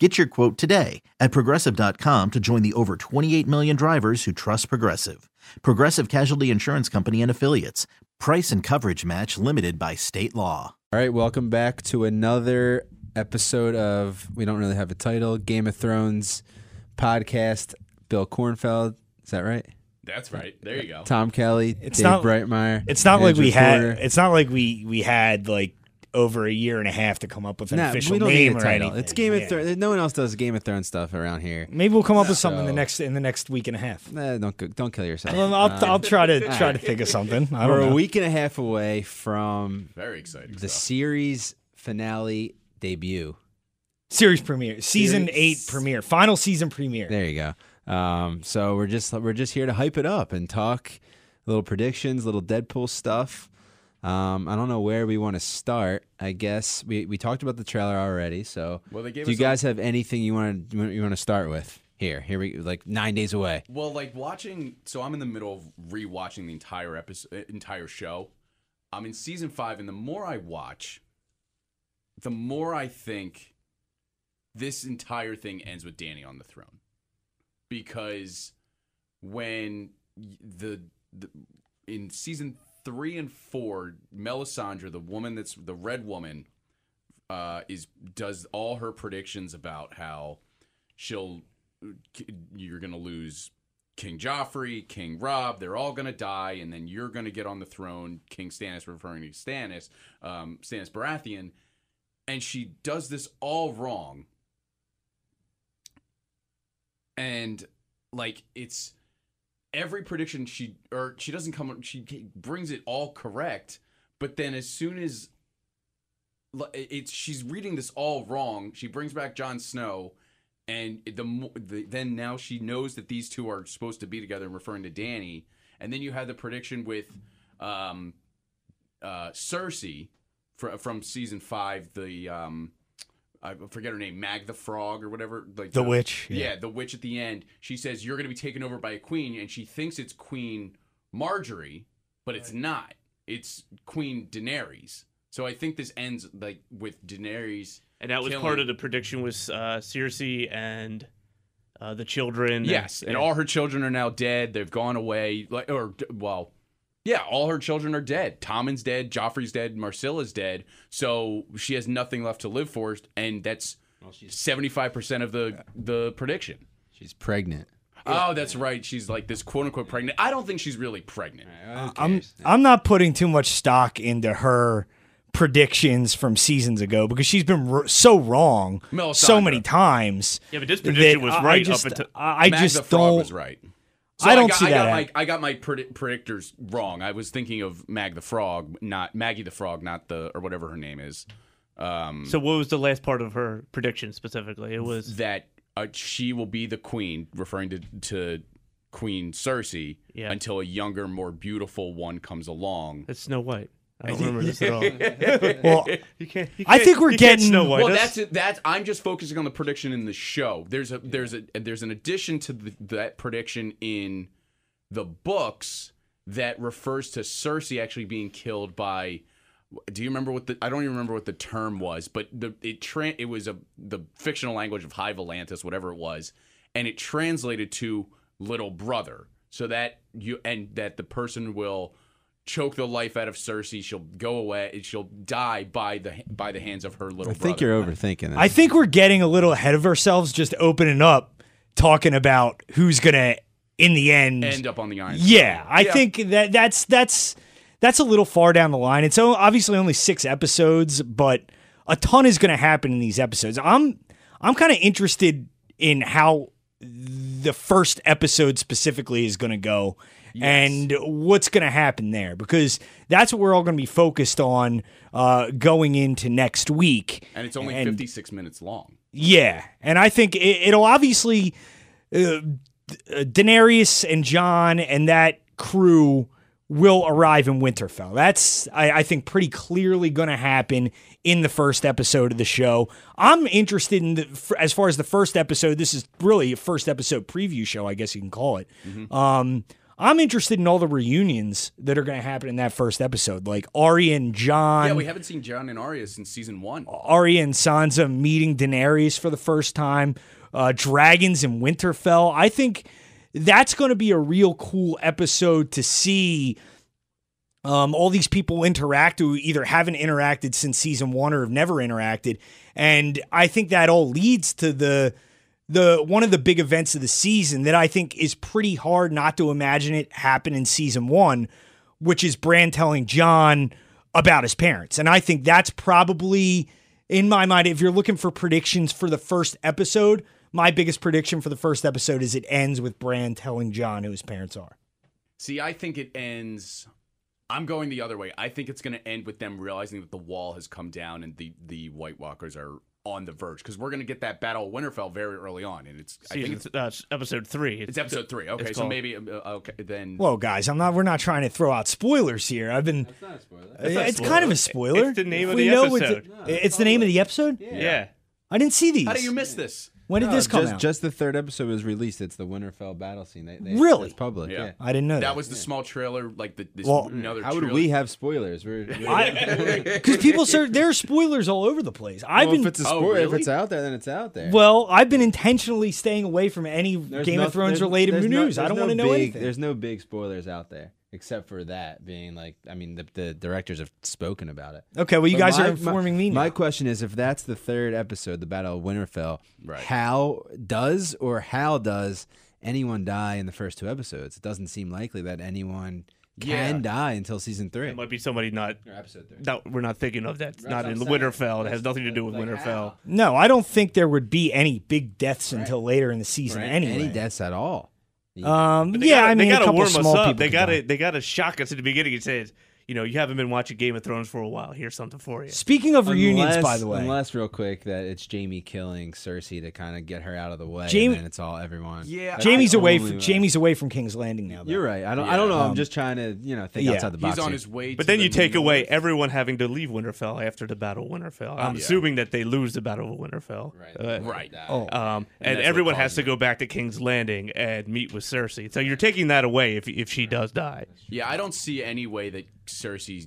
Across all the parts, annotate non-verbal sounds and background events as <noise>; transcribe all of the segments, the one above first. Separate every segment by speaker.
Speaker 1: Get your quote today at progressive.com to join the over 28 million drivers who trust Progressive. Progressive Casualty Insurance Company and Affiliates. Price and coverage match limited by state law.
Speaker 2: All right, welcome back to another episode of we don't really have a title Game of Thrones podcast. Bill Kornfeld, is that right?
Speaker 3: That's right. There you go.
Speaker 2: Tom Kelly,
Speaker 4: It's
Speaker 2: Dave
Speaker 4: not-
Speaker 2: Breitmeyer.
Speaker 4: It's not like
Speaker 2: Andrew
Speaker 4: we
Speaker 2: Porter.
Speaker 4: had. It's not like we we had like over a year and a half to come up with an
Speaker 2: Nah,
Speaker 4: official
Speaker 2: we don't
Speaker 4: name
Speaker 2: need a
Speaker 4: or
Speaker 2: title.
Speaker 4: anything.
Speaker 2: It's Game
Speaker 4: Yeah.
Speaker 2: of Thrones. No one else does Game of Thrones stuff around here.
Speaker 4: Maybe we'll come up with something in the
Speaker 2: So-
Speaker 4: next in the next week and a half.
Speaker 2: Nah, don't go- don't kill yourself.
Speaker 4: Well, I'll,
Speaker 2: Um,
Speaker 4: I'll try to
Speaker 2: all
Speaker 4: try
Speaker 2: right.
Speaker 4: to think of something. I
Speaker 2: we're
Speaker 4: don't
Speaker 2: a
Speaker 4: know.
Speaker 2: week and a half away from
Speaker 3: Very exciting.
Speaker 2: the
Speaker 3: stuff.
Speaker 2: series finale debut.
Speaker 4: Series premiere, season
Speaker 2: Series-
Speaker 4: eight premiere, final season premiere.
Speaker 2: There you go. Um, so we're just we're just here to hype it up and talk little predictions, little Deadpool stuff. Um, I don't know where we want to start. I guess we, we talked about the trailer already. So
Speaker 3: Well, they gave
Speaker 2: do you
Speaker 3: us a-
Speaker 2: guys have anything you want to you want to start with? Here, here we like nine days away.
Speaker 3: well, like watching. So I'm in the middle of rewatching the entire episode, uh, entire show. I'm in season five, and the more I watch, the more I think this entire thing ends with Danny on the throne, because when y- the, the in season three and four, Melisandre, the woman that's the red woman, uh, is does all her predictions about how she'll uh, you're gonna lose King Joffrey, King Rob. They're all gonna die, and then you're gonna get on the throne. King Stannis, referring to Stannis, um, Stannis Baratheon, and she does this all wrong. And like it's every prediction she or she doesn't come she brings it all correct, but then as soon as l- it's she's reading this all wrong. She brings back Jon Snow, and the, mo- the then now she knows that these two are supposed to be together and referring to Danny. And then you had the prediction with um, uh, Cersei fr- from season five. The um, I forget her name, Mag the Frog or whatever. Like
Speaker 4: The witch, yeah.
Speaker 3: Yeah. the witch at the end. She says you're going to be taken over by a queen, and she thinks it's Queen Marjorie, but it's not. It's Queen Daenerys. So I think this ends like with Daenerys.
Speaker 5: And that was
Speaker 3: killing-
Speaker 5: part of the prediction was uh, Cersei and uh, the children.
Speaker 3: Yes, and all her children are now dead. They've gone away. Like, or well, yeah, all her children are dead. Tommen's dead. Joffrey's dead. Marcella's dead. So she has nothing left to live for, and that's seventy-five percent of the the prediction.
Speaker 2: She's pregnant.
Speaker 3: Oh, that's right. She's like this quote unquote pregnant. I don't think she's really pregnant.
Speaker 4: I'm I'm not putting too much stock into her predictions from seasons ago because she's been r- so wrong so
Speaker 3: Melisandre.
Speaker 4: many times.
Speaker 5: Yeah, but this
Speaker 4: that
Speaker 5: prediction was
Speaker 4: I- I
Speaker 5: right up
Speaker 4: just,
Speaker 5: until-
Speaker 4: I, I
Speaker 3: Mag the
Speaker 4: just
Speaker 3: Frog
Speaker 4: don't.
Speaker 3: was right.
Speaker 4: I don't
Speaker 3: got,
Speaker 4: see
Speaker 3: I
Speaker 4: that
Speaker 3: Got my,
Speaker 4: happening.
Speaker 3: I got my predi- predictors wrong. I was thinking of Mag the Frog, not Maggie the Frog, not the or whatever her name is. Um,
Speaker 5: So what was the last part of her prediction specifically? It was
Speaker 3: that uh, she will be the queen, referring to to Queen Cersei,
Speaker 5: Yeah.
Speaker 3: until a younger, more beautiful one comes along.
Speaker 5: it's Snow White.
Speaker 3: <laughs>
Speaker 5: I don't remember this at all. You <laughs>
Speaker 4: Well,
Speaker 5: can't, you
Speaker 4: I
Speaker 5: can't-
Speaker 4: think we're
Speaker 5: you can't
Speaker 4: getting-
Speaker 5: Snow White.
Speaker 3: Well, that's it. That's I'm just focusing on the prediction in the show. There's a there's a there's an addition to the, that prediction in the books that refers to Cersei actually being killed by. Do you remember what the? I don't even remember what the term was, but the it tran it was a the fictional language of High Volantis, whatever it was, and it translated to little brother. So that you and that the person will choke the life out of Cersei. She'll go away. and She'll die by the by the hands of her little.
Speaker 2: I think
Speaker 3: brother.
Speaker 2: you're overthinking it.
Speaker 4: I think we're getting a little ahead of ourselves just opening up talking about who's going to in the end.
Speaker 3: end up on the iron.
Speaker 4: yeah, I
Speaker 3: Yeah.
Speaker 4: think that that's that's that's a little far down the line. It's o- obviously only 6 episodes, but a ton is going to happen in these episodes. I'm I'm kind of interested in how the first episode specifically is going to go and what's going to happen there because that's what we're all going to be focused on uh, going into next week.
Speaker 3: and it's only
Speaker 4: And-
Speaker 3: 56 minutes long.
Speaker 4: Yeah, and I think it, it'll obviously uh, D- uh, Daenerys and John and that crew will arrive in Winterfell. That's, I, I think, pretty clearly going to happen in the first episode of the show. I'm interested in the, f- as far as the first episode. This is really a first episode preview show, I guess you can call it.
Speaker 3: Mm-hmm.
Speaker 4: Um, I'm interested in all the reunions that are going to happen in that first episode, like Arya and John.
Speaker 3: Yeah, we haven't seen John and Arya since season one.
Speaker 4: Arya and Sansa meeting Daenerys for the first time, uh, dragons in Winterfell. I think that's going to be a real cool episode to see. Um, all these people interact who either haven't interacted since season one or have never interacted, and I think that all leads to the the one of the big events of the season that I think is pretty hard not to imagine it happen in season one, which is Bran telling John about his parents. And I think that's probably in my mind, if you're looking for predictions for the first episode, my biggest prediction for the first episode is it ends with Bran telling John who his parents are.
Speaker 3: See, I think it ends. I'm going the other way. I think it's going to end with them realizing that the wall has come down and the the White Walkers are on the verge because we're going to get that battle of Winterfell very early on, and it's I think
Speaker 5: Season,
Speaker 3: it's,
Speaker 5: uh, episode three.
Speaker 3: it's episode three. Okay, so
Speaker 5: called-
Speaker 3: maybe uh, okay then.
Speaker 4: Whoa, guys, I'm not. We're not trying to throw out spoilers here. I've been. Uh,
Speaker 5: not a
Speaker 4: It's
Speaker 5: spoiler.
Speaker 4: kind of a spoiler.
Speaker 5: It's the name
Speaker 4: If
Speaker 5: of
Speaker 4: we
Speaker 5: the
Speaker 4: know it's
Speaker 5: episode.
Speaker 4: the- it's the name of the episode.
Speaker 5: yeah.
Speaker 4: I didn't see these.
Speaker 3: How do you miss this?
Speaker 4: when did
Speaker 2: No,
Speaker 4: this come
Speaker 2: Uh, just,
Speaker 4: out?
Speaker 2: just the third episode was released. It's the Winterfell battle scene. They, they,
Speaker 4: Really?
Speaker 2: It's public.
Speaker 3: Yeah.
Speaker 2: Yeah.
Speaker 4: I didn't know that.
Speaker 3: That was the small trailer, like the this
Speaker 4: Well,
Speaker 3: another.
Speaker 2: How would
Speaker 3: trailer.
Speaker 2: we have spoilers? We're, we're, <laughs>
Speaker 4: because people ser- there are spoilers all over the place. I've
Speaker 2: well,
Speaker 4: been
Speaker 2: if it's a
Speaker 3: Oh,
Speaker 2: spoiler, if
Speaker 3: really?
Speaker 2: it's out there, then it's out there.
Speaker 4: well, I've been intentionally staying away from any
Speaker 2: There's
Speaker 4: Game
Speaker 2: no-
Speaker 4: of Thrones
Speaker 2: there's-
Speaker 4: related
Speaker 2: there's no-
Speaker 4: news. I
Speaker 2: there's
Speaker 4: don't
Speaker 2: no
Speaker 4: want to know
Speaker 2: big-
Speaker 4: anything.
Speaker 2: There's no big spoilers out there except for that being like, I mean, the, the directors have spoken about it.
Speaker 4: Okay, well, you
Speaker 2: But
Speaker 4: guys
Speaker 2: my-
Speaker 4: are informing
Speaker 2: my,
Speaker 4: me now.
Speaker 2: My question is, if that's the third episode, the Battle of Winterfell,
Speaker 3: Right.
Speaker 2: how does or how does anyone die in the first two episodes? It doesn't seem likely that anyone can
Speaker 3: Yeah.
Speaker 2: die until season three.
Speaker 5: It might be somebody not
Speaker 2: Or episode three.
Speaker 5: that we're not thinking of. That's not
Speaker 2: what
Speaker 5: in
Speaker 2: I'm saying.
Speaker 5: Winterfell. It has nothing to do with
Speaker 2: Like,
Speaker 5: Winterfell.
Speaker 2: how?
Speaker 4: no, I don't think there would be any big deaths until later in the season.
Speaker 2: Or any,
Speaker 4: anyway,
Speaker 2: any deaths at all.
Speaker 4: Um,
Speaker 5: But they
Speaker 4: yeah,
Speaker 5: gotta,
Speaker 4: I mean,
Speaker 5: they
Speaker 4: a
Speaker 5: gotta
Speaker 4: couple
Speaker 5: warm
Speaker 4: small
Speaker 5: us up.
Speaker 4: people.
Speaker 5: They
Speaker 4: could
Speaker 5: gotta
Speaker 4: die.
Speaker 5: they gotta shock us at the beginning and say, you know, you haven't been watching Game of Thrones for a while. Here's something for you.
Speaker 4: Speaking of reunions, by
Speaker 2: Unless-
Speaker 4: the way,
Speaker 2: Unless, real quick, that it's Jamie killing Cersei to kind of get her out of the way,
Speaker 4: Jamie-
Speaker 2: and then it's all everyone.
Speaker 3: Yeah,
Speaker 2: That's
Speaker 4: Jamie's
Speaker 2: the
Speaker 4: away.
Speaker 2: only
Speaker 4: From,
Speaker 2: way.
Speaker 4: Jamie's away from King's Landing now. Though.
Speaker 2: You're right. I don't. I don't know. I'm just trying to, you know, think
Speaker 4: um, yeah.
Speaker 2: outside the box.
Speaker 3: He's
Speaker 2: here.
Speaker 3: on his way.
Speaker 5: But
Speaker 3: to
Speaker 5: then
Speaker 3: the
Speaker 5: you take away
Speaker 3: north.
Speaker 5: everyone having to leave Winterfell after the Battle of Winterfell. I'm assuming that they lose the Battle of Winterfell. Uh,
Speaker 3: Right.
Speaker 4: Oh,
Speaker 5: Um, and,
Speaker 3: that's what
Speaker 5: everyone has
Speaker 3: caused
Speaker 5: to go back to King's Landing and meet with Cersei. So you're taking that away if if she does die.
Speaker 3: Yeah, I don't see any way that Cersei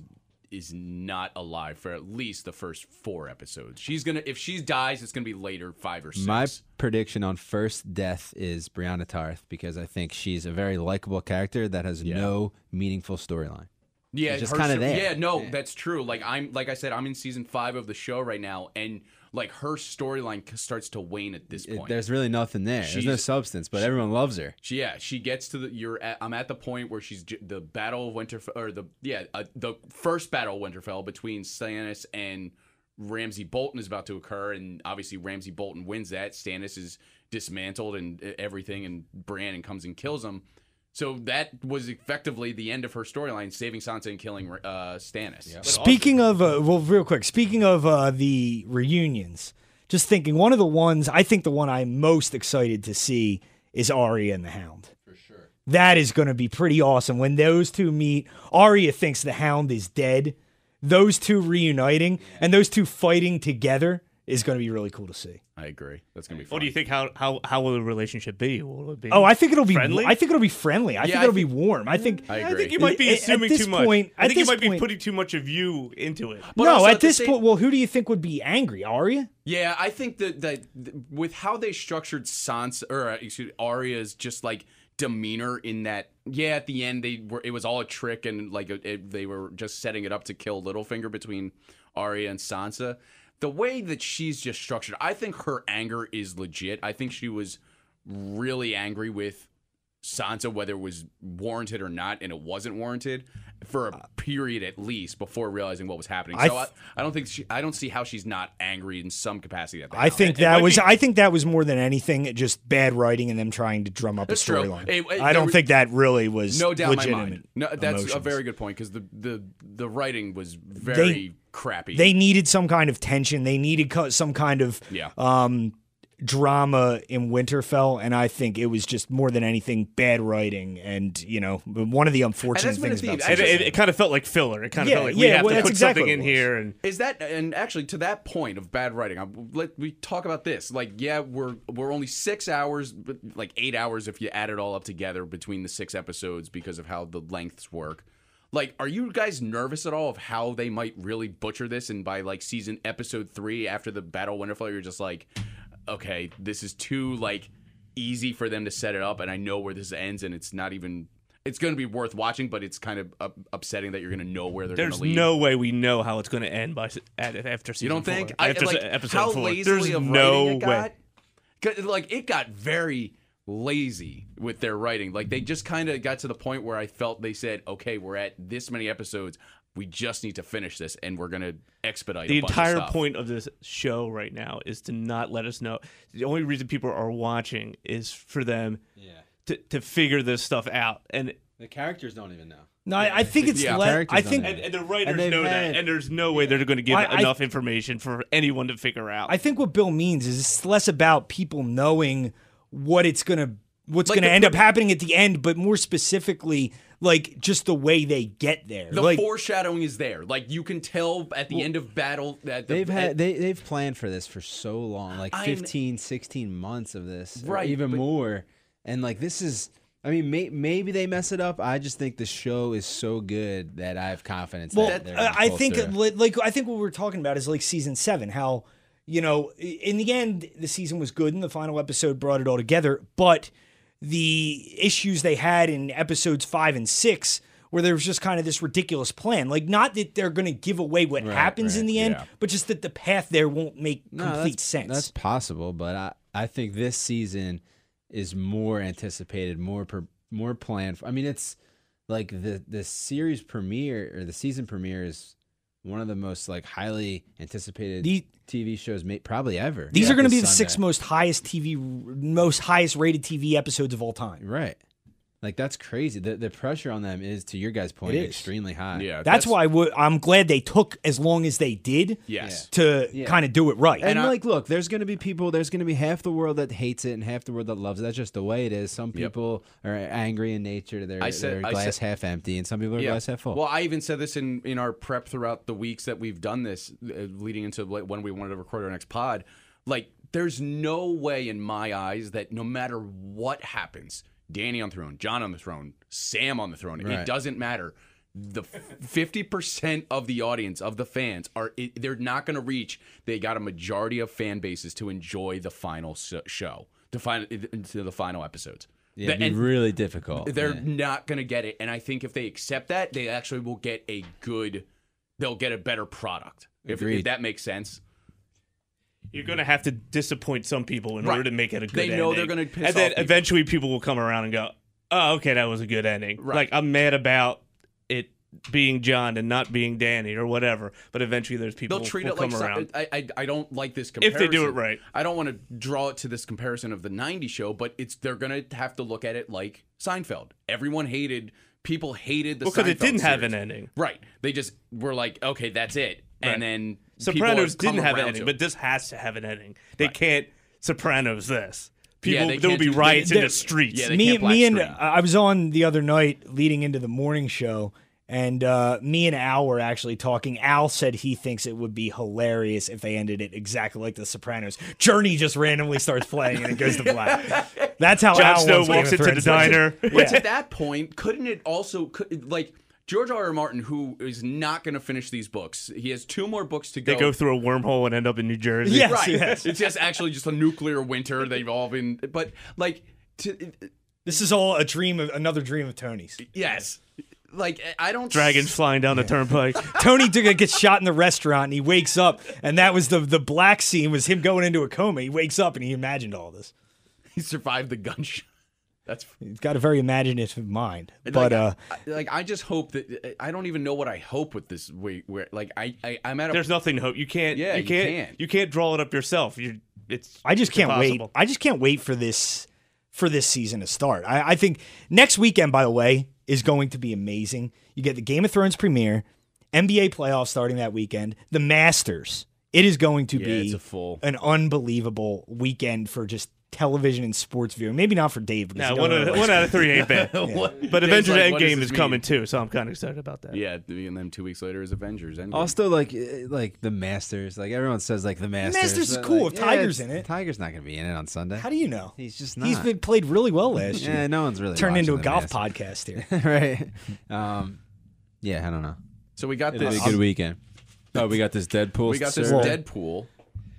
Speaker 3: is not alive for at least the first four episodes. She's gonna if she dies, it's gonna be later five or six.
Speaker 2: My prediction on first death is Brianna Tarth because I think she's a very likable character that has no meaningful storyline.
Speaker 3: yeah,
Speaker 2: just
Speaker 3: her
Speaker 2: kinda
Speaker 3: sto-
Speaker 2: there.
Speaker 3: Yeah, no, that's true. Like I'm, like I said, I'm in season five of the show right now, and like her storyline c- starts to wane at this
Speaker 2: It-
Speaker 3: point.
Speaker 2: there's really nothing there. There's no
Speaker 3: She's-
Speaker 2: substance, but everyone loves her.
Speaker 3: She- yeah, she gets to the. You're. At, I'm at the point where she's j- the Battle of Winterfell, or the yeah, uh, the first Battle of Winterfell between Stannis and Ramsey Bolton is about to occur, and obviously Ramsey Bolton wins that. Stannis is dismantled and uh, everything, and Bran comes and kills him. So that was effectively the end of her storyline, saving Sansa and killing uh, Stannis.
Speaker 4: Speaking of, uh, well, real quick. Speaking of uh, the reunions, just thinking one of the ones I think the one I'm most excited to see is Arya and the Hound. For sure, that is going to be pretty awesome when those two meet. Arya thinks the Hound is dead. Those two reuniting and those two fighting together is going to be really cool to see.
Speaker 3: I agree. That's gonna be fun.
Speaker 5: What do you think? How how how will the relationship be? Will it be?
Speaker 4: Oh, I think it'll be
Speaker 5: Friendly?
Speaker 4: I think it'll be friendly. I think
Speaker 3: I
Speaker 4: it'll
Speaker 3: think-
Speaker 4: be warm. I think.
Speaker 3: I
Speaker 5: I
Speaker 3: agree.
Speaker 5: think you might be
Speaker 4: At- at
Speaker 5: assuming
Speaker 4: this
Speaker 5: too much.
Speaker 4: point-
Speaker 5: I
Speaker 4: at
Speaker 5: think you
Speaker 4: this
Speaker 5: might
Speaker 4: point-
Speaker 5: be putting too much of you into it.
Speaker 3: But
Speaker 4: no,
Speaker 3: also
Speaker 4: at,
Speaker 3: the
Speaker 4: this
Speaker 3: same-
Speaker 4: point, well, who do you think would be angry? Arya?
Speaker 3: Yeah, I think that that with how they structured Sansa or uh, excuse me, Arya's just like demeanor in that. Yeah, at the end they were it was all a trick and like it, it- they were just setting it up to kill Littlefinger between Arya and Sansa. The way that she's just structured, I think her anger is legit. I think she was really angry with Sansa, whether it was warranted or not, and it wasn't warranted for a period at least before realizing what was happening.
Speaker 4: Uh, I
Speaker 3: so
Speaker 4: th-
Speaker 3: I, I don't think she, I don't see how she's not angry in some capacity at that.
Speaker 4: I think that
Speaker 5: might
Speaker 4: was
Speaker 5: be-
Speaker 4: I think that was more than anything just bad writing and them trying to drum up
Speaker 3: That's
Speaker 4: a
Speaker 3: true.
Speaker 4: storyline.
Speaker 3: It- it-
Speaker 4: I don't
Speaker 3: there-
Speaker 4: think that really was
Speaker 3: no doubt in my
Speaker 4: legitimate.
Speaker 3: mind. No, that's a
Speaker 4: emotions.
Speaker 3: very good point because the, the the writing was very crappy.
Speaker 4: They needed some kind of tension. They needed co- some kind of
Speaker 3: Yeah.
Speaker 4: um drama in Winterfell, and I think it was just more than anything bad writing, and you know one of the unfortunate
Speaker 3: been a
Speaker 4: things about
Speaker 3: theme.
Speaker 5: It,
Speaker 4: season-
Speaker 5: it, kind of felt like filler. It kind of
Speaker 4: Yeah,
Speaker 5: felt like we
Speaker 4: yeah,
Speaker 5: have
Speaker 4: well,
Speaker 5: to
Speaker 4: that's
Speaker 5: put
Speaker 4: exactly
Speaker 5: something in
Speaker 4: what it was.
Speaker 5: here. And
Speaker 3: Is that and actually to that point of bad writing, I, let we talk about this. Like, yeah, we're we're only six hours, but like eight hours if you add it all up together between the six episodes because of how the lengths work. Like, are you guys nervous at all of how they might really butcher this? And by like season episode three after the Battle of Winterfell, you're just like, okay, this is too like easy for them to set it up, and I know where this ends, and it's not even. It's going to be worth watching, but it's kind of up- upsetting that you're going to know where they're going
Speaker 5: there's
Speaker 3: to leave.
Speaker 5: no way we know how it's going to end by s- at, after season.
Speaker 3: You don't
Speaker 5: four.
Speaker 3: think?
Speaker 5: After se-
Speaker 3: like,
Speaker 5: episode
Speaker 3: how
Speaker 5: four.
Speaker 3: lazily
Speaker 5: There's
Speaker 3: of
Speaker 5: no
Speaker 3: writing it
Speaker 5: way.
Speaker 3: got? 'Cause, Like it got very lazy with their writing. Like they just kind of got to the point where I felt they said, "Okay, we're at this many episodes. We just need to finish this, and we're gonna expedite."
Speaker 5: The
Speaker 3: a bunch of
Speaker 5: entire
Speaker 3: stuff."
Speaker 5: point of this show right now is to not let us know. The only reason people are watching is for them
Speaker 2: Yeah.
Speaker 5: to, to figure this stuff out. And
Speaker 2: The characters don't even know.
Speaker 4: no, I, I think it's
Speaker 3: Yeah,
Speaker 4: le-
Speaker 2: characters
Speaker 4: I
Speaker 2: on
Speaker 4: think
Speaker 2: that.
Speaker 5: and, and the writers
Speaker 2: they've
Speaker 5: know
Speaker 2: had-
Speaker 5: that. And there's no way they're going to give
Speaker 4: I- I-
Speaker 5: enough information for anyone to figure out.
Speaker 4: I think what Bill means is it's less about people knowing what it's gonna what's gonna
Speaker 3: the-
Speaker 4: end up happening at the end, but more specifically, like just the way they get there.
Speaker 3: The
Speaker 4: like,
Speaker 3: foreshadowing is there. Like you can tell at the end of battle that the,
Speaker 2: They've had they they've planned for this for so long, like
Speaker 3: I'm-
Speaker 2: 15, 16 months of this, or
Speaker 3: Right,
Speaker 2: Even
Speaker 3: but-
Speaker 2: more, and like this is. I mean, may, maybe they mess it up. I just think the show is so good that I have confidence.
Speaker 4: well,
Speaker 2: that they're
Speaker 4: I-
Speaker 2: gonna
Speaker 4: I
Speaker 2: pull
Speaker 4: think
Speaker 2: through.
Speaker 4: li- like I think what we're talking about is like season seven, how you know i- in the end the season was good and the final episode brought it all together, but the issues they had in episodes five and six where there was just kind of this ridiculous plan like not that they're going to give away what happens in
Speaker 2: right,
Speaker 4: the end
Speaker 3: yeah.
Speaker 4: but just that the path there won't make
Speaker 2: No,
Speaker 4: complete
Speaker 2: that's,
Speaker 4: sense
Speaker 2: That's possible, but I, I think this season is more anticipated, more per, more planned. For, I mean, it's like the the series premiere or the season premiere is one of the most like highly anticipated
Speaker 4: The-
Speaker 2: TV shows may, probably ever.
Speaker 4: These
Speaker 2: Yeah,
Speaker 4: are going to
Speaker 2: this
Speaker 4: be the six
Speaker 2: Sunday.
Speaker 4: most highest TV, most highest rated TV episodes of all time.
Speaker 2: right. Like that's crazy. The the pressure on them is, to your guys' point,
Speaker 4: It is.
Speaker 2: extremely high.
Speaker 3: yeah.
Speaker 4: That's, why wo- I'm glad they took as long as they did
Speaker 3: Yes.
Speaker 4: to kind of do it right.
Speaker 2: And,
Speaker 3: And I-
Speaker 2: like, look, there's going to be people. There's going to be half the world that hates it and half the world that loves it. That's just the way it is. Some
Speaker 3: Yep.
Speaker 2: people are angry in nature. They're,
Speaker 3: I said- I
Speaker 2: glass
Speaker 3: said-
Speaker 2: half empty, and some people are glass half full.
Speaker 3: Well, I even said this in in our prep throughout the weeks that we've done this, uh, leading into like, when we wanted to record our next pod. Like, there's no way in my eyes that no matter what happens, Danny on the throne, John on the throne, Sam on the throne,
Speaker 2: Right.
Speaker 3: it doesn't matter. The fifty percent of the audience of the fans are it- they're not going to reach. They got a majority of fan bases to enjoy the final so- show, to find to the final episodes.
Speaker 2: yeah, it'd
Speaker 3: The-
Speaker 2: be
Speaker 3: and-
Speaker 2: really difficult.
Speaker 3: they're
Speaker 2: yeah.
Speaker 3: not going to get it. And I think if they accept that, they actually will get a good, they'll get a better product. If, if
Speaker 2: Agreed.
Speaker 3: that makes sense.
Speaker 5: You're going to have to disappoint some people in
Speaker 3: Right.
Speaker 5: order to make it a good
Speaker 3: They know they're
Speaker 5: ending.
Speaker 3: gonna piss
Speaker 5: And then
Speaker 3: off people.
Speaker 5: eventually people will come around and go, oh, okay, that was a good ending.
Speaker 3: Right.
Speaker 5: Like, I'm mad about it being John and not being Danny or whatever. But eventually there's people
Speaker 3: They'll treat
Speaker 5: will
Speaker 3: it like uh,
Speaker 5: come around.
Speaker 3: some, I, I I don't like this
Speaker 5: If
Speaker 3: comparison.
Speaker 5: they do it right.
Speaker 3: I don't want to draw it to this comparison of the 90s show, but it's they're going to have to look at it like Seinfeld. Everyone hated, people hated the
Speaker 5: because it
Speaker 3: Seinfeld
Speaker 5: didn't have
Speaker 3: series.
Speaker 5: an ending.
Speaker 3: Right. They just were like, okay, that's it.
Speaker 5: Right.
Speaker 3: And then people
Speaker 5: Sopranos
Speaker 3: come
Speaker 5: didn't have
Speaker 3: around
Speaker 5: an
Speaker 3: to
Speaker 5: ending,
Speaker 3: it.
Speaker 5: but this has to have an ending. They can't Sopranos this.
Speaker 3: Yeah,
Speaker 5: People
Speaker 3: they
Speaker 5: there will
Speaker 3: can't
Speaker 5: be
Speaker 3: do-
Speaker 5: riots in
Speaker 4: they-
Speaker 5: the streets.
Speaker 3: Yeah, they
Speaker 4: me,
Speaker 3: can't black
Speaker 4: me, and
Speaker 3: screen.
Speaker 4: I was on the other night leading into the morning show, and uh, me and Al were actually talking. Al said he thinks it would be hilarious if they ended it exactly like The Sopranos. Journey just randomly starts playing and it goes to
Speaker 5: <laughs>
Speaker 4: black. That's how
Speaker 5: Jon
Speaker 4: Al
Speaker 5: Snow
Speaker 4: wants Game
Speaker 5: walks
Speaker 4: of
Speaker 5: into the
Speaker 4: Thrones to end.
Speaker 5: diner.
Speaker 4: Yeah.
Speaker 3: But to that point, couldn't it also could, like George R. R. Martin, who is not going to finish these books? He has two more books to go.
Speaker 5: They <laughs> go through a wormhole and end up in New Jersey.
Speaker 4: Yes,
Speaker 3: right.
Speaker 4: yes.
Speaker 3: It's just actually just a nuclear winter. They've all been, but like, to,
Speaker 4: This is all a dream of another dream of Tony's.
Speaker 3: yes, like I don't <laughs>
Speaker 5: Dragons flying down the turnpike.
Speaker 4: Tony Dugan gets shot in the restaurant and he wakes up and that was the the black scene was him going into a coma. He wakes up and he imagined all this.
Speaker 3: He survived the gunshot. That's
Speaker 4: He's got a very imaginative mind. But
Speaker 3: like,
Speaker 4: uh
Speaker 3: I- like I just hope that I don't even know what I hope with this. Wait, where like I, I I'm at a
Speaker 5: There's nothing to hope. You can't.
Speaker 3: Yeah,
Speaker 5: you
Speaker 3: you
Speaker 5: can't.
Speaker 3: can't.
Speaker 5: You can't draw it up yourself. You. It's.
Speaker 4: I just
Speaker 5: it's
Speaker 4: can't wait.
Speaker 5: impossible.
Speaker 4: I just can't wait for this for this season to start. I, I think next weekend, by the way, is going to be amazing. You get the Game of Thrones premiere, NBA playoffs starting that weekend, the Masters. It is going
Speaker 3: <laughs>
Speaker 4: to
Speaker 3: Yeah,
Speaker 4: be
Speaker 3: it's a
Speaker 5: <laughs>
Speaker 3: full.
Speaker 4: an unbelievable weekend for just television and sports viewing. Maybe not for Dave because
Speaker 5: No,
Speaker 4: he
Speaker 5: one,
Speaker 4: doesn't
Speaker 5: out of,
Speaker 4: really
Speaker 5: one
Speaker 4: like-
Speaker 5: out of three
Speaker 3: <laughs>
Speaker 5: ain't bad.
Speaker 3: What-
Speaker 5: But
Speaker 3: Dave's
Speaker 5: Avengers
Speaker 3: like, what does
Speaker 5: Endgame
Speaker 3: this
Speaker 5: is coming
Speaker 3: mean?
Speaker 5: too, so I'm kind of excited about that.
Speaker 3: Yeah, and then two weeks later is Avengers Endgame.
Speaker 2: Also, like eh, like the Masters, like everyone says, like the Masters.
Speaker 4: Masters is
Speaker 2: but,
Speaker 4: cool
Speaker 2: like,
Speaker 4: if
Speaker 2: yeah,
Speaker 4: Tiger's
Speaker 2: it's-
Speaker 4: in it.
Speaker 2: Tiger's not gonna be in it on Sunday.
Speaker 4: How do you know?
Speaker 2: He's just
Speaker 4: He's
Speaker 2: not.
Speaker 4: been played really well last year.
Speaker 2: yeah, no one's really
Speaker 4: Turned into a
Speaker 2: watching the
Speaker 4: golf
Speaker 2: Masters.
Speaker 4: podcast here.
Speaker 5: <laughs>
Speaker 3: <laughs>
Speaker 2: right? Um, yeah, I don't know.
Speaker 3: so we got
Speaker 2: It'll
Speaker 3: this.
Speaker 2: be a good weekend. Oh, we got this Deadpool.
Speaker 3: we got this
Speaker 2: sir.
Speaker 3: Deadpool.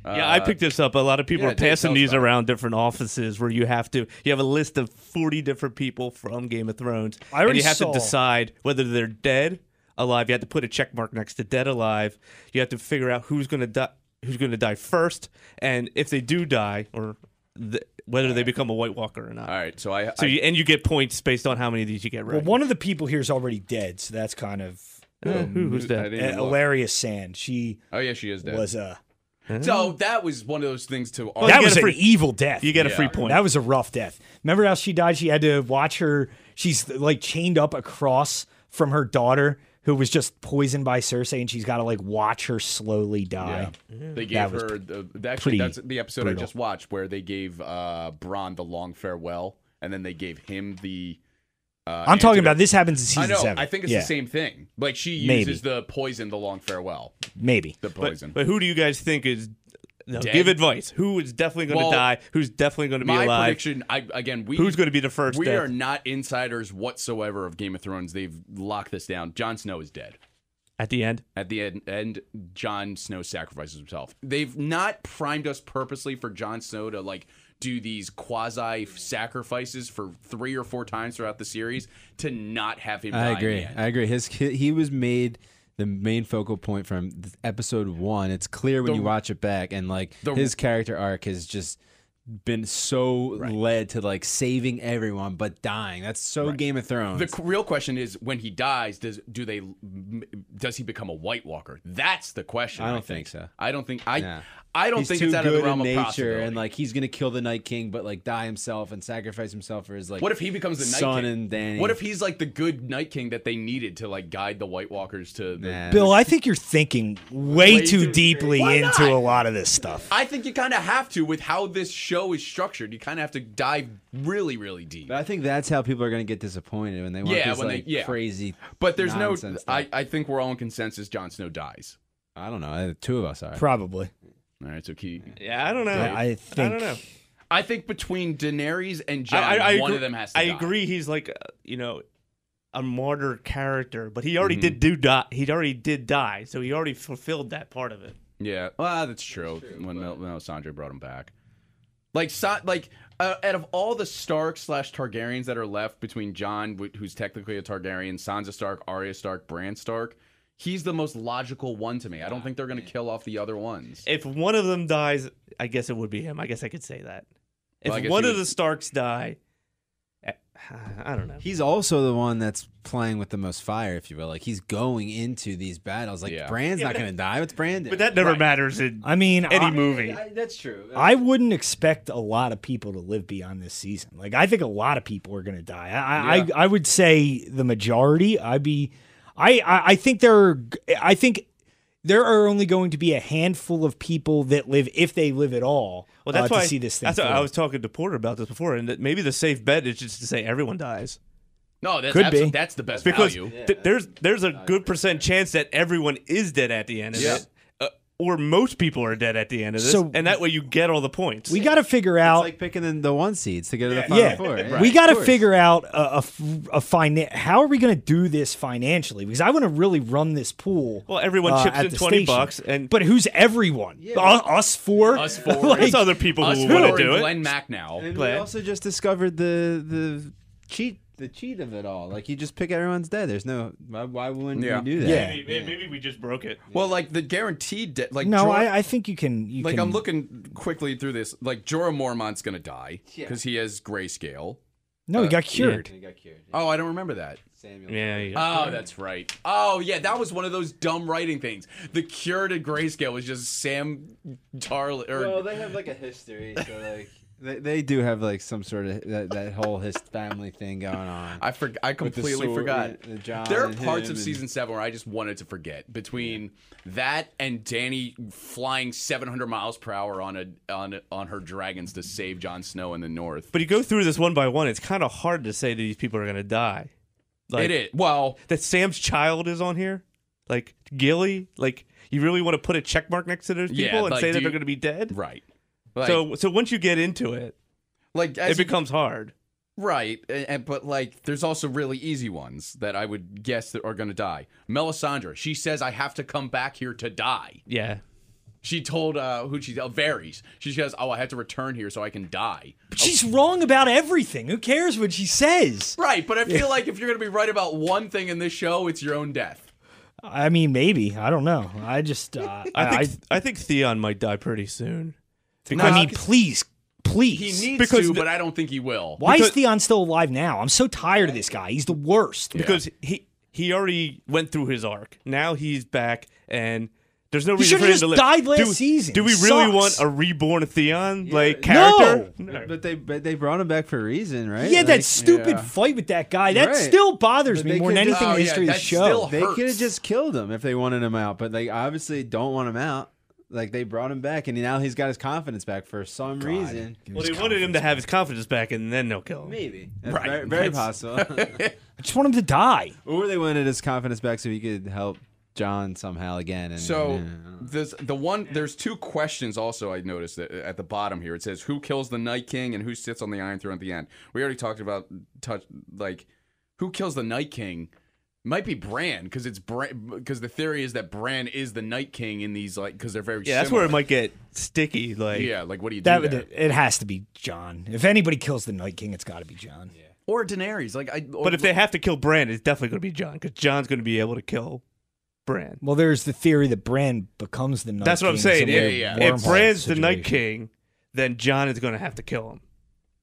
Speaker 5: Yeah, I
Speaker 3: Uh,
Speaker 5: picked this up. A lot of people
Speaker 3: yeah,
Speaker 5: are
Speaker 3: Dave,
Speaker 5: passing
Speaker 3: tell us
Speaker 5: these
Speaker 3: about it.
Speaker 5: around different offices where you have to you have a list of 40 different people from Game of Thrones
Speaker 4: I already
Speaker 5: and you have
Speaker 4: saw-
Speaker 5: to decide whether they're dead, alive. You have to put a check mark next to dead alive. You have to figure out who's going to die who's going to die first and if they do die or th- whether they become a white walker or not.
Speaker 3: All right, so I. I-
Speaker 5: So you, and you get points based on how many of these you get right.
Speaker 4: Well, one of the people here is already dead, so that's kind of
Speaker 3: Oh,
Speaker 5: Uh, who- who's
Speaker 3: I
Speaker 5: that?
Speaker 3: didn't
Speaker 4: uh,
Speaker 3: look.
Speaker 4: Hilaria Sand. She
Speaker 3: Oh yeah, she is dead.
Speaker 4: was a
Speaker 3: so that was one of those things to.
Speaker 5: you
Speaker 4: that
Speaker 5: get
Speaker 4: was
Speaker 5: a
Speaker 4: an
Speaker 5: free-
Speaker 4: evil death.
Speaker 5: You get a
Speaker 3: Yeah.
Speaker 5: free point.
Speaker 4: That was a rough death. Remember how she died? She had to watch her. She's like chained up across from her daughter, who was just poisoned by Cersei, and she's got to like watch her slowly die.
Speaker 3: Yeah. They
Speaker 4: That
Speaker 3: gave
Speaker 4: was
Speaker 3: her the, the-
Speaker 4: pretty
Speaker 3: actually that's the episode
Speaker 4: brutal.
Speaker 3: I just watched where they gave uh Bron the long farewell and then they gave him the uh
Speaker 4: I'm talking about
Speaker 3: antidote.
Speaker 4: this happens in season
Speaker 3: I know.
Speaker 4: seven.
Speaker 3: I think it's
Speaker 4: yeah,
Speaker 3: the same thing. Like she
Speaker 4: Maybe.
Speaker 3: uses the poison the long farewell.
Speaker 4: Maybe.
Speaker 3: The poison.
Speaker 5: But who do you guys think is? No, give advice. Who is definitely going to
Speaker 3: Well,
Speaker 5: die? Who's definitely going to be
Speaker 3: My
Speaker 5: alive?
Speaker 3: prediction I again we
Speaker 5: Who's going to be the first?
Speaker 3: We
Speaker 5: death?
Speaker 3: are not insiders whatsoever of Game of Thrones. They've locked this down. Jon Snow is dead.
Speaker 5: at the end.
Speaker 3: At the end, end Jon Snow sacrifices himself. They've not primed us purposely for Jon Snow to like do these quasi sacrifices for three or four times throughout the series to not have him.
Speaker 2: I
Speaker 3: die
Speaker 2: agree.
Speaker 3: In the end.
Speaker 2: I agree. His he he was made the main focal point from th- episode one. It's clear when you watch it back, and like his character arc has just been so led to like saving everyone but dying. That's so Game of Thrones.
Speaker 3: the qu- real question is when he dies does do they m- does he become a white walker that's the question
Speaker 2: I
Speaker 3: i,
Speaker 2: don't think so.
Speaker 3: i don't think i
Speaker 2: Yeah.
Speaker 3: i don't
Speaker 2: He's
Speaker 3: think
Speaker 2: too
Speaker 3: it's out of the
Speaker 2: good
Speaker 3: realm
Speaker 2: in
Speaker 3: of
Speaker 2: nature,
Speaker 3: possibility
Speaker 2: and like he's gonna kill the Night King, but like die himself and sacrifice himself for his like.
Speaker 3: what if he becomes the Night
Speaker 2: son
Speaker 3: King?
Speaker 2: and Danny?
Speaker 3: What if he's like the good Night King that they needed to like guide the White Walkers to? The...
Speaker 2: Nah.
Speaker 4: Bill, I think you're thinking way,
Speaker 3: Way
Speaker 4: too
Speaker 3: too-
Speaker 4: deeply
Speaker 3: Why
Speaker 4: into
Speaker 3: not?
Speaker 4: a lot of this stuff.
Speaker 3: I think you kind of have to with how this show is structured. You kind of have to dive really, really deep.
Speaker 2: But I think that's how people are gonna get disappointed when they want
Speaker 3: Yeah,
Speaker 2: this
Speaker 3: when they-
Speaker 2: like
Speaker 3: yeah.
Speaker 2: crazy.
Speaker 3: But there's no.
Speaker 2: nonsense
Speaker 3: I,
Speaker 2: stuff.
Speaker 3: I think we're all in consensus. Jon Snow dies.
Speaker 2: I don't know. I- The two of us are.
Speaker 4: Probably.
Speaker 3: All right, so key.
Speaker 5: Yeah, I don't know.
Speaker 4: I, I think.
Speaker 5: don't know.
Speaker 3: I think between Daenerys and Jon,
Speaker 5: I, I, I
Speaker 3: one
Speaker 5: agree,
Speaker 3: of them has to.
Speaker 5: I
Speaker 3: die.
Speaker 5: agree. He's like uh, you know a martyr character, but he already did do die. He already did die, so he already fulfilled that part of it.
Speaker 3: Yeah, well, that's true. when Mel- when Melisandre brought him back, like, so, like uh, out of all the Stark slash Targaryens that are left between John, who's technically a Targaryen, Sansa Stark, Arya Stark, Bran Stark, he's the most logical one to me. I don't think they're gonna kill off the other ones.
Speaker 5: If one of them dies, I guess it would be him. I guess I could say that. If
Speaker 3: Well, I guess
Speaker 5: one
Speaker 3: he
Speaker 5: of
Speaker 3: would-
Speaker 5: the Starks die, eh, I don't know.
Speaker 2: He's also the one that's playing with the most fire, if you will. Like he's going into these battles. Like
Speaker 3: Yeah.
Speaker 2: Brand's not going to die. It's Brandon.
Speaker 5: but that never matters in
Speaker 4: I mean,
Speaker 5: any
Speaker 4: I,
Speaker 5: movie.
Speaker 2: that's true.
Speaker 4: I wouldn't expect a lot of people to live beyond this season. Like I think a lot of people are going to die. I,
Speaker 3: Yeah.
Speaker 4: I I would say the majority. I'd be, I I, I think there are. I think there are only going to be a handful of people that live if they live at all.
Speaker 5: Well, that's
Speaker 4: uh,
Speaker 5: why
Speaker 4: to see this thing.
Speaker 5: That's why I
Speaker 4: through.
Speaker 5: was talking to Porter about this before, and that maybe the safe bet is just to say everyone dies
Speaker 3: No, that's
Speaker 4: Could
Speaker 3: abso-
Speaker 4: be.
Speaker 3: that's the best
Speaker 5: because
Speaker 3: value.
Speaker 5: th- there's there's a good percent chance that everyone is dead at the end of
Speaker 3: Yeah.
Speaker 5: it, uh, or most people are dead at the end of this,
Speaker 4: So-
Speaker 5: and that way you get all the points.
Speaker 4: we got to figure out.
Speaker 2: it's like picking the, the one seeds to go to the final
Speaker 4: yeah,
Speaker 2: four.
Speaker 4: we
Speaker 2: Of
Speaker 4: got to
Speaker 2: course.
Speaker 4: figure out a, a, f- a finan- How are we going to do this financially? Because I want to really run this pool.
Speaker 5: Well, everyone
Speaker 4: uh,
Speaker 5: chips
Speaker 4: at
Speaker 5: in
Speaker 4: the
Speaker 5: 20
Speaker 4: station.
Speaker 5: bucks and-
Speaker 4: but who's everyone? Us, us four.
Speaker 3: Us
Speaker 4: <laughs>
Speaker 3: four.
Speaker 5: there's other people
Speaker 3: Us
Speaker 5: who
Speaker 3: four
Speaker 5: want
Speaker 3: and
Speaker 5: to do it.
Speaker 3: Glenn Mack now.
Speaker 2: And we
Speaker 5: Glad.
Speaker 2: also just discovered the the cheat the cheat of it all. Like you just pick everyone's dead. There's no why, why wouldn't
Speaker 3: Yeah.
Speaker 2: you do that?
Speaker 4: Yeah.
Speaker 5: maybe we just broke it.
Speaker 3: Well, like the guaranteed, de- like
Speaker 4: No,
Speaker 3: Jor-
Speaker 4: I, I think you can. You
Speaker 3: like
Speaker 4: can,
Speaker 3: I'm looking quickly through this. Like Jorah Mormont's gonna die because he has grayscale.
Speaker 4: No, he got cured.
Speaker 2: He got cured.
Speaker 3: Oh, I don't remember that.
Speaker 2: Samuel.
Speaker 5: Yeah, yeah.
Speaker 3: Oh, that's right. Oh, yeah, that was one of those dumb writing things. The cure to grayscale was just Sam Tarly.
Speaker 2: <laughs>
Speaker 3: Or,
Speaker 2: they have like a history. So like <laughs> They, they do have like some sort of that, that whole his family thing going on.
Speaker 3: I forg I
Speaker 2: With the
Speaker 3: completely
Speaker 2: sword-
Speaker 3: forgot.
Speaker 2: the John
Speaker 3: there are
Speaker 2: and
Speaker 3: parts
Speaker 2: him
Speaker 3: of
Speaker 2: and-
Speaker 3: season seven where I just wanted to forget. Between that and Danny flying 700 miles per hour on a on on her dragons to save Jon Snow in the north.
Speaker 5: But you go through this one by one. It's kind of hard to say that these people are going to die. Like,
Speaker 3: it is well.
Speaker 5: that Sam's child is on here, like Gilly. Like you really want to put a check mark next to those
Speaker 3: Yeah,
Speaker 5: people and
Speaker 3: like,
Speaker 5: say
Speaker 3: do
Speaker 5: that
Speaker 3: you-
Speaker 5: they're going to be dead.
Speaker 3: Right. Like,
Speaker 5: so so once you get into it,
Speaker 3: like as
Speaker 5: it
Speaker 3: you-
Speaker 5: becomes hard.
Speaker 3: right, and, and- but like there's also really easy ones that I would guess that are going to die. Melisandre, she says I have to come back here to die.
Speaker 5: Yeah.
Speaker 3: She told uh who she uh, varies. She says, "Oh, I have to return here so I can die."
Speaker 4: But she's wrong about everything. Who cares what she says?
Speaker 3: Right, but I feel like if you're going to be right about one thing in this show, it's your own death.
Speaker 4: I mean, maybe. I don't know. I just. Uh,
Speaker 5: <laughs> I
Speaker 4: I,
Speaker 5: think I, think Theon might die pretty soon.
Speaker 4: I mean, please,
Speaker 3: He
Speaker 4: please.
Speaker 3: needs to,
Speaker 5: Because the-
Speaker 3: but I don't think he will.
Speaker 4: Why is
Speaker 5: because-
Speaker 4: Theon still alive now? I'm so tired of this guy. He's the worst.
Speaker 5: because he he already went through his arc. Now he's back, and there's no
Speaker 4: He
Speaker 5: reason for him
Speaker 4: should've
Speaker 5: to
Speaker 4: just
Speaker 5: live.
Speaker 4: died last
Speaker 5: do,
Speaker 4: season.
Speaker 5: Do we
Speaker 4: It
Speaker 5: really
Speaker 4: sucks.
Speaker 5: want a reborn Theon like
Speaker 4: No!
Speaker 5: character?
Speaker 2: But they but they brought him back for a reason, right?
Speaker 4: Yeah,
Speaker 2: Like,
Speaker 4: that stupid
Speaker 3: yeah.
Speaker 4: fight with that guy. That
Speaker 2: Right.
Speaker 4: still bothers
Speaker 2: But
Speaker 4: me
Speaker 2: they
Speaker 4: more than
Speaker 2: could
Speaker 4: anything
Speaker 2: just-
Speaker 4: in
Speaker 3: Oh,
Speaker 4: the
Speaker 3: yeah,
Speaker 4: history of the
Speaker 3: that's
Speaker 4: show.
Speaker 3: still-
Speaker 2: They
Speaker 3: hurts.
Speaker 2: could have just killed him if they wanted him out, but they obviously don't want him out. Like they brought him back, and now he's got his confidence back for some reason.
Speaker 5: Well, they wanted him to have his confidence back, and then they'll kill him.
Speaker 2: Maybe That's
Speaker 3: Right.
Speaker 2: very, very
Speaker 5: That's-
Speaker 2: possible. <laughs>
Speaker 4: I just want him to die.
Speaker 2: or they wanted his confidence back so he could help John somehow again. And, yeah, I
Speaker 3: So
Speaker 2: don't know.
Speaker 3: this the one there's two questions also I noticed that at the bottom here. It says who kills the Night King and who sits on the Iron Throne at the end. We already talked about touch like who kills the Night King might be Bran because it's Bran because the theory is that Bran is the Night King in these like because they're very
Speaker 5: Yeah, that's
Speaker 3: similar.
Speaker 5: where it might get sticky. Like,
Speaker 3: yeah like what do you do
Speaker 4: That would,
Speaker 3: there?
Speaker 4: it has to be John. If anybody kills the Night King, it's got to be John.
Speaker 3: or Daenerys like I or,
Speaker 5: but if they have to kill Bran, it's definitely going to be John because John's going to be able to kill Bran.
Speaker 4: Well, there's the theory that Bran becomes the Night
Speaker 5: That's what I'm
Speaker 4: King.
Speaker 5: saying.
Speaker 4: It's a
Speaker 5: If,
Speaker 3: yeah,
Speaker 4: weird
Speaker 3: yeah.
Speaker 5: if
Speaker 4: wormhole
Speaker 5: Bran's the
Speaker 4: situation.
Speaker 5: Night King, then John is going to have to kill him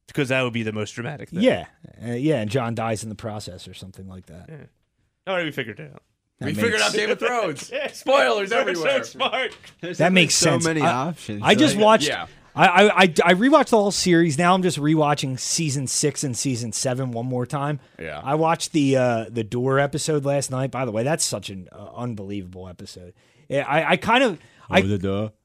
Speaker 5: because that would be the most dramatic thing.
Speaker 4: Yeah. Uh, yeah, and John dies in the process or something like that.
Speaker 5: All right, we figured it out.
Speaker 4: That
Speaker 3: we
Speaker 4: makes-
Speaker 5: <laughs>
Speaker 3: figured out Game of Thrones spoilers
Speaker 5: We're
Speaker 3: everywhere.
Speaker 5: So smart.
Speaker 2: There's
Speaker 4: that
Speaker 2: like
Speaker 4: makes
Speaker 2: so
Speaker 4: sense.
Speaker 2: many
Speaker 4: I-
Speaker 2: options.
Speaker 4: I just
Speaker 2: Like,
Speaker 4: watched.
Speaker 3: Yeah.
Speaker 4: I, I I I rewatched the whole series. Now I'm just rewatching season six and season seven one more time.
Speaker 3: Yeah.
Speaker 4: I watched the uh, the door episode last night. By the way, that's such an uh, unbelievable episode. Yeah, I, I kind of I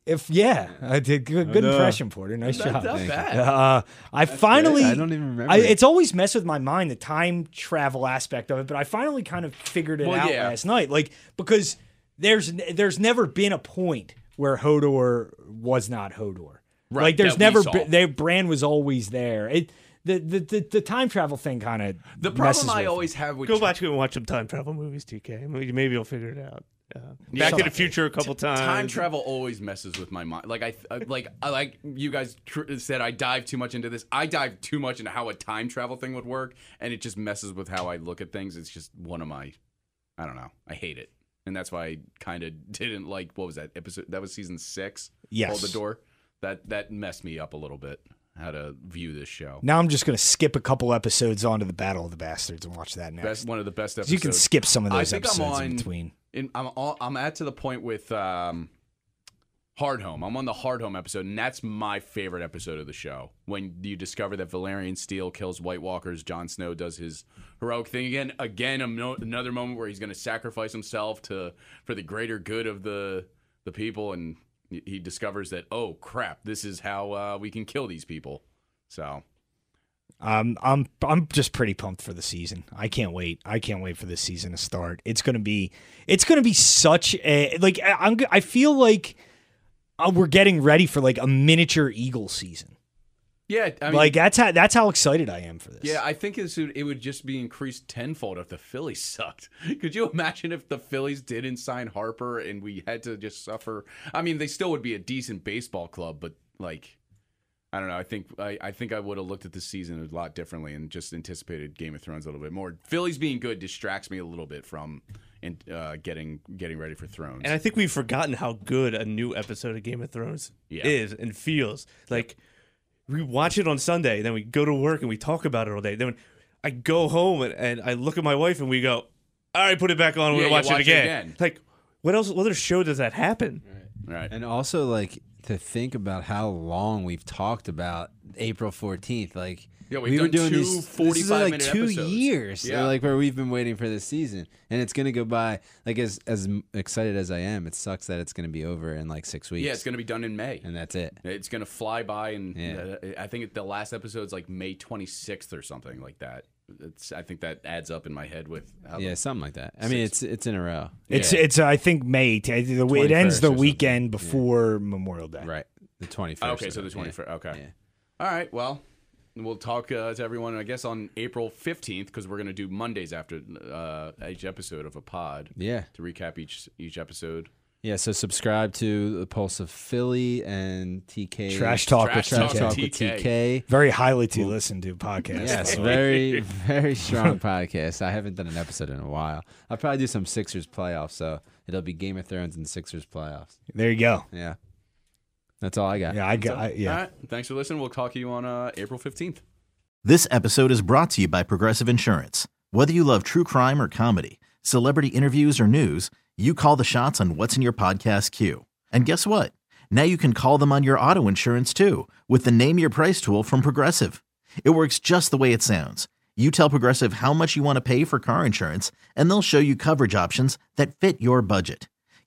Speaker 4: if yeah, I did good, good
Speaker 2: Uh,
Speaker 4: impression, Porter. Nice job.
Speaker 3: Not bad.
Speaker 4: Uh, I finally.
Speaker 2: I don't even remember
Speaker 4: I,
Speaker 2: it.
Speaker 4: it's always messed with my mind the time travel aspect of it, but I finally kind of figured it
Speaker 3: Well,
Speaker 4: out
Speaker 3: yeah.
Speaker 4: last night. Like because there's n- there's never been a point where Hodor was not Hodor.
Speaker 3: Right,
Speaker 4: Like there's
Speaker 3: that we
Speaker 4: never
Speaker 3: saw.
Speaker 4: been, their brand was always there. It the the the, the time travel thing kind of
Speaker 3: The problem I always have with
Speaker 5: Go watch and watch some time travel movies, TK. Maybe, maybe you'll figure it out. Uh, Back to the Future a couple times.
Speaker 3: Time travel always messes with my mind. Like I, I- like I like you guys tr- said I dive too much into this. I dive too much into how a time travel thing would work, and it just messes with how I look at things. It's just one of my, I don't know. I hate it, and that's why I kind of didn't like what was that episode? That was season six.
Speaker 4: Yes.
Speaker 3: Hold the door. That that messed me up a little bit. How to view this show?
Speaker 4: now I'm just gonna skip a couple episodes onto the Battle of the Bastards and watch that next.
Speaker 3: Best one of the best episodes.
Speaker 4: you can skip some of
Speaker 3: I
Speaker 4: those
Speaker 3: think I'm
Speaker 4: episodes in
Speaker 3: on-
Speaker 4: between.
Speaker 3: in, I'm all, I'm at to the point with um, Hard Home. I'm on the Hard Home episode, and that's my favorite episode of the show. When you discover that Valerian Steel kills White Walkers, Jon Snow does his heroic thing again. Again, a mo- another moment where he's going to sacrifice himself to for the greater good of the the people, and he- he discovers that oh crap, this is how uh, we can kill these people. So
Speaker 4: Um, I'm I'm just pretty pumped for the season. I can't wait. I can't wait for this season to start. It's gonna be it's gonna be such a like I- I'm g- I feel like uh, we're getting ready for like a miniature eagle season.
Speaker 3: yeah, I mean,
Speaker 4: like that's how that's how excited I am for this.
Speaker 3: Yeah, I think it's, it would just be increased tenfold if the Phillies <laughs> sucked. Could you imagine if the Phillies didn't sign Harper and we had to just suffer? I mean, they still would be a decent baseball club, but like, I don't know. I think I, I think I would have looked at the season a lot differently and just anticipated Game of Thrones a little bit more. Phillies being good distracts me a little bit from and uh, getting getting ready for Thrones.
Speaker 5: And I think we've forgotten how good a new episode of Game of Thrones
Speaker 3: Yeah.
Speaker 5: is and feels. Like we watch it on Sunday, then we go to work and we talk about it all day. Then I go home and, and I look at my wife and we go, "All right, put it back on. We're
Speaker 3: Yeah,
Speaker 5: gonna
Speaker 3: yeah,
Speaker 5: watch,
Speaker 3: watch
Speaker 5: it
Speaker 3: it
Speaker 5: again."
Speaker 3: again.
Speaker 5: Like, what else? What other show does that happen?
Speaker 3: right.
Speaker 2: And also, like to think about how long we've talked about April 14th. Like,
Speaker 3: Yeah, we've
Speaker 2: we were
Speaker 3: done
Speaker 2: doing
Speaker 3: two
Speaker 2: these, this is
Speaker 3: 45
Speaker 2: like
Speaker 3: minute
Speaker 2: two
Speaker 3: episodes.
Speaker 2: years,
Speaker 3: Yeah.
Speaker 2: like where we've been waiting for this season, and it's gonna go by. Like, as as m- excited as I am, it sucks that it's gonna be over in like six weeks.
Speaker 3: Yeah, it's going to be done in May.
Speaker 2: and that's it.
Speaker 3: It's going to fly by, and
Speaker 2: Yeah.
Speaker 3: uh, I think the last episode's like May 26th or something like that. It's, I think that adds up in my head with how the-
Speaker 2: Yeah, something like that. I mean, it's it's in a row.
Speaker 4: It's
Speaker 2: Yeah.
Speaker 4: it's uh, I think May. T- the,
Speaker 2: 21st or
Speaker 4: it ends the
Speaker 2: something.
Speaker 4: weekend before Memorial Day.
Speaker 2: right. The 21st.
Speaker 3: okay, so
Speaker 2: of
Speaker 3: the
Speaker 2: it, yeah.
Speaker 3: 21st. Okay.
Speaker 2: Yeah.
Speaker 3: All right. Well, we'll talk uh, to everyone, I guess, on April 15th because we're going to do Mondays after uh, each episode of a pod
Speaker 2: Yeah.
Speaker 3: to recap each each episode.
Speaker 2: Yeah, so subscribe to the Pulse of Philly and TK
Speaker 4: Trash talk
Speaker 3: Trash
Speaker 4: with
Speaker 2: Trash
Speaker 4: TK.
Speaker 2: Talk with TK.
Speaker 4: Very highly to listen to podcast. <laughs>
Speaker 2: Yes, very very strong podcast. I haven't done an episode in a while. I'll probably do some Sixers playoffs, so it'll be Game of Thrones and Sixers playoffs.
Speaker 4: There you go.
Speaker 2: Yeah, that's all I got.
Speaker 4: Yeah, I got. I, yeah.
Speaker 3: All right. Thanks for listening. We'll talk to you on uh, April 15th.
Speaker 1: This episode is brought to you by Progressive Insurance. Whether you love true crime or comedy, celebrity interviews or news, you call the shots on what's in your podcast queue. And guess what? Now you can call them on your auto insurance too with the Name Your Price tool from Progressive. It works just the way it sounds. You tell Progressive how much you want to pay for car insurance, and they'll show you coverage options that fit your budget.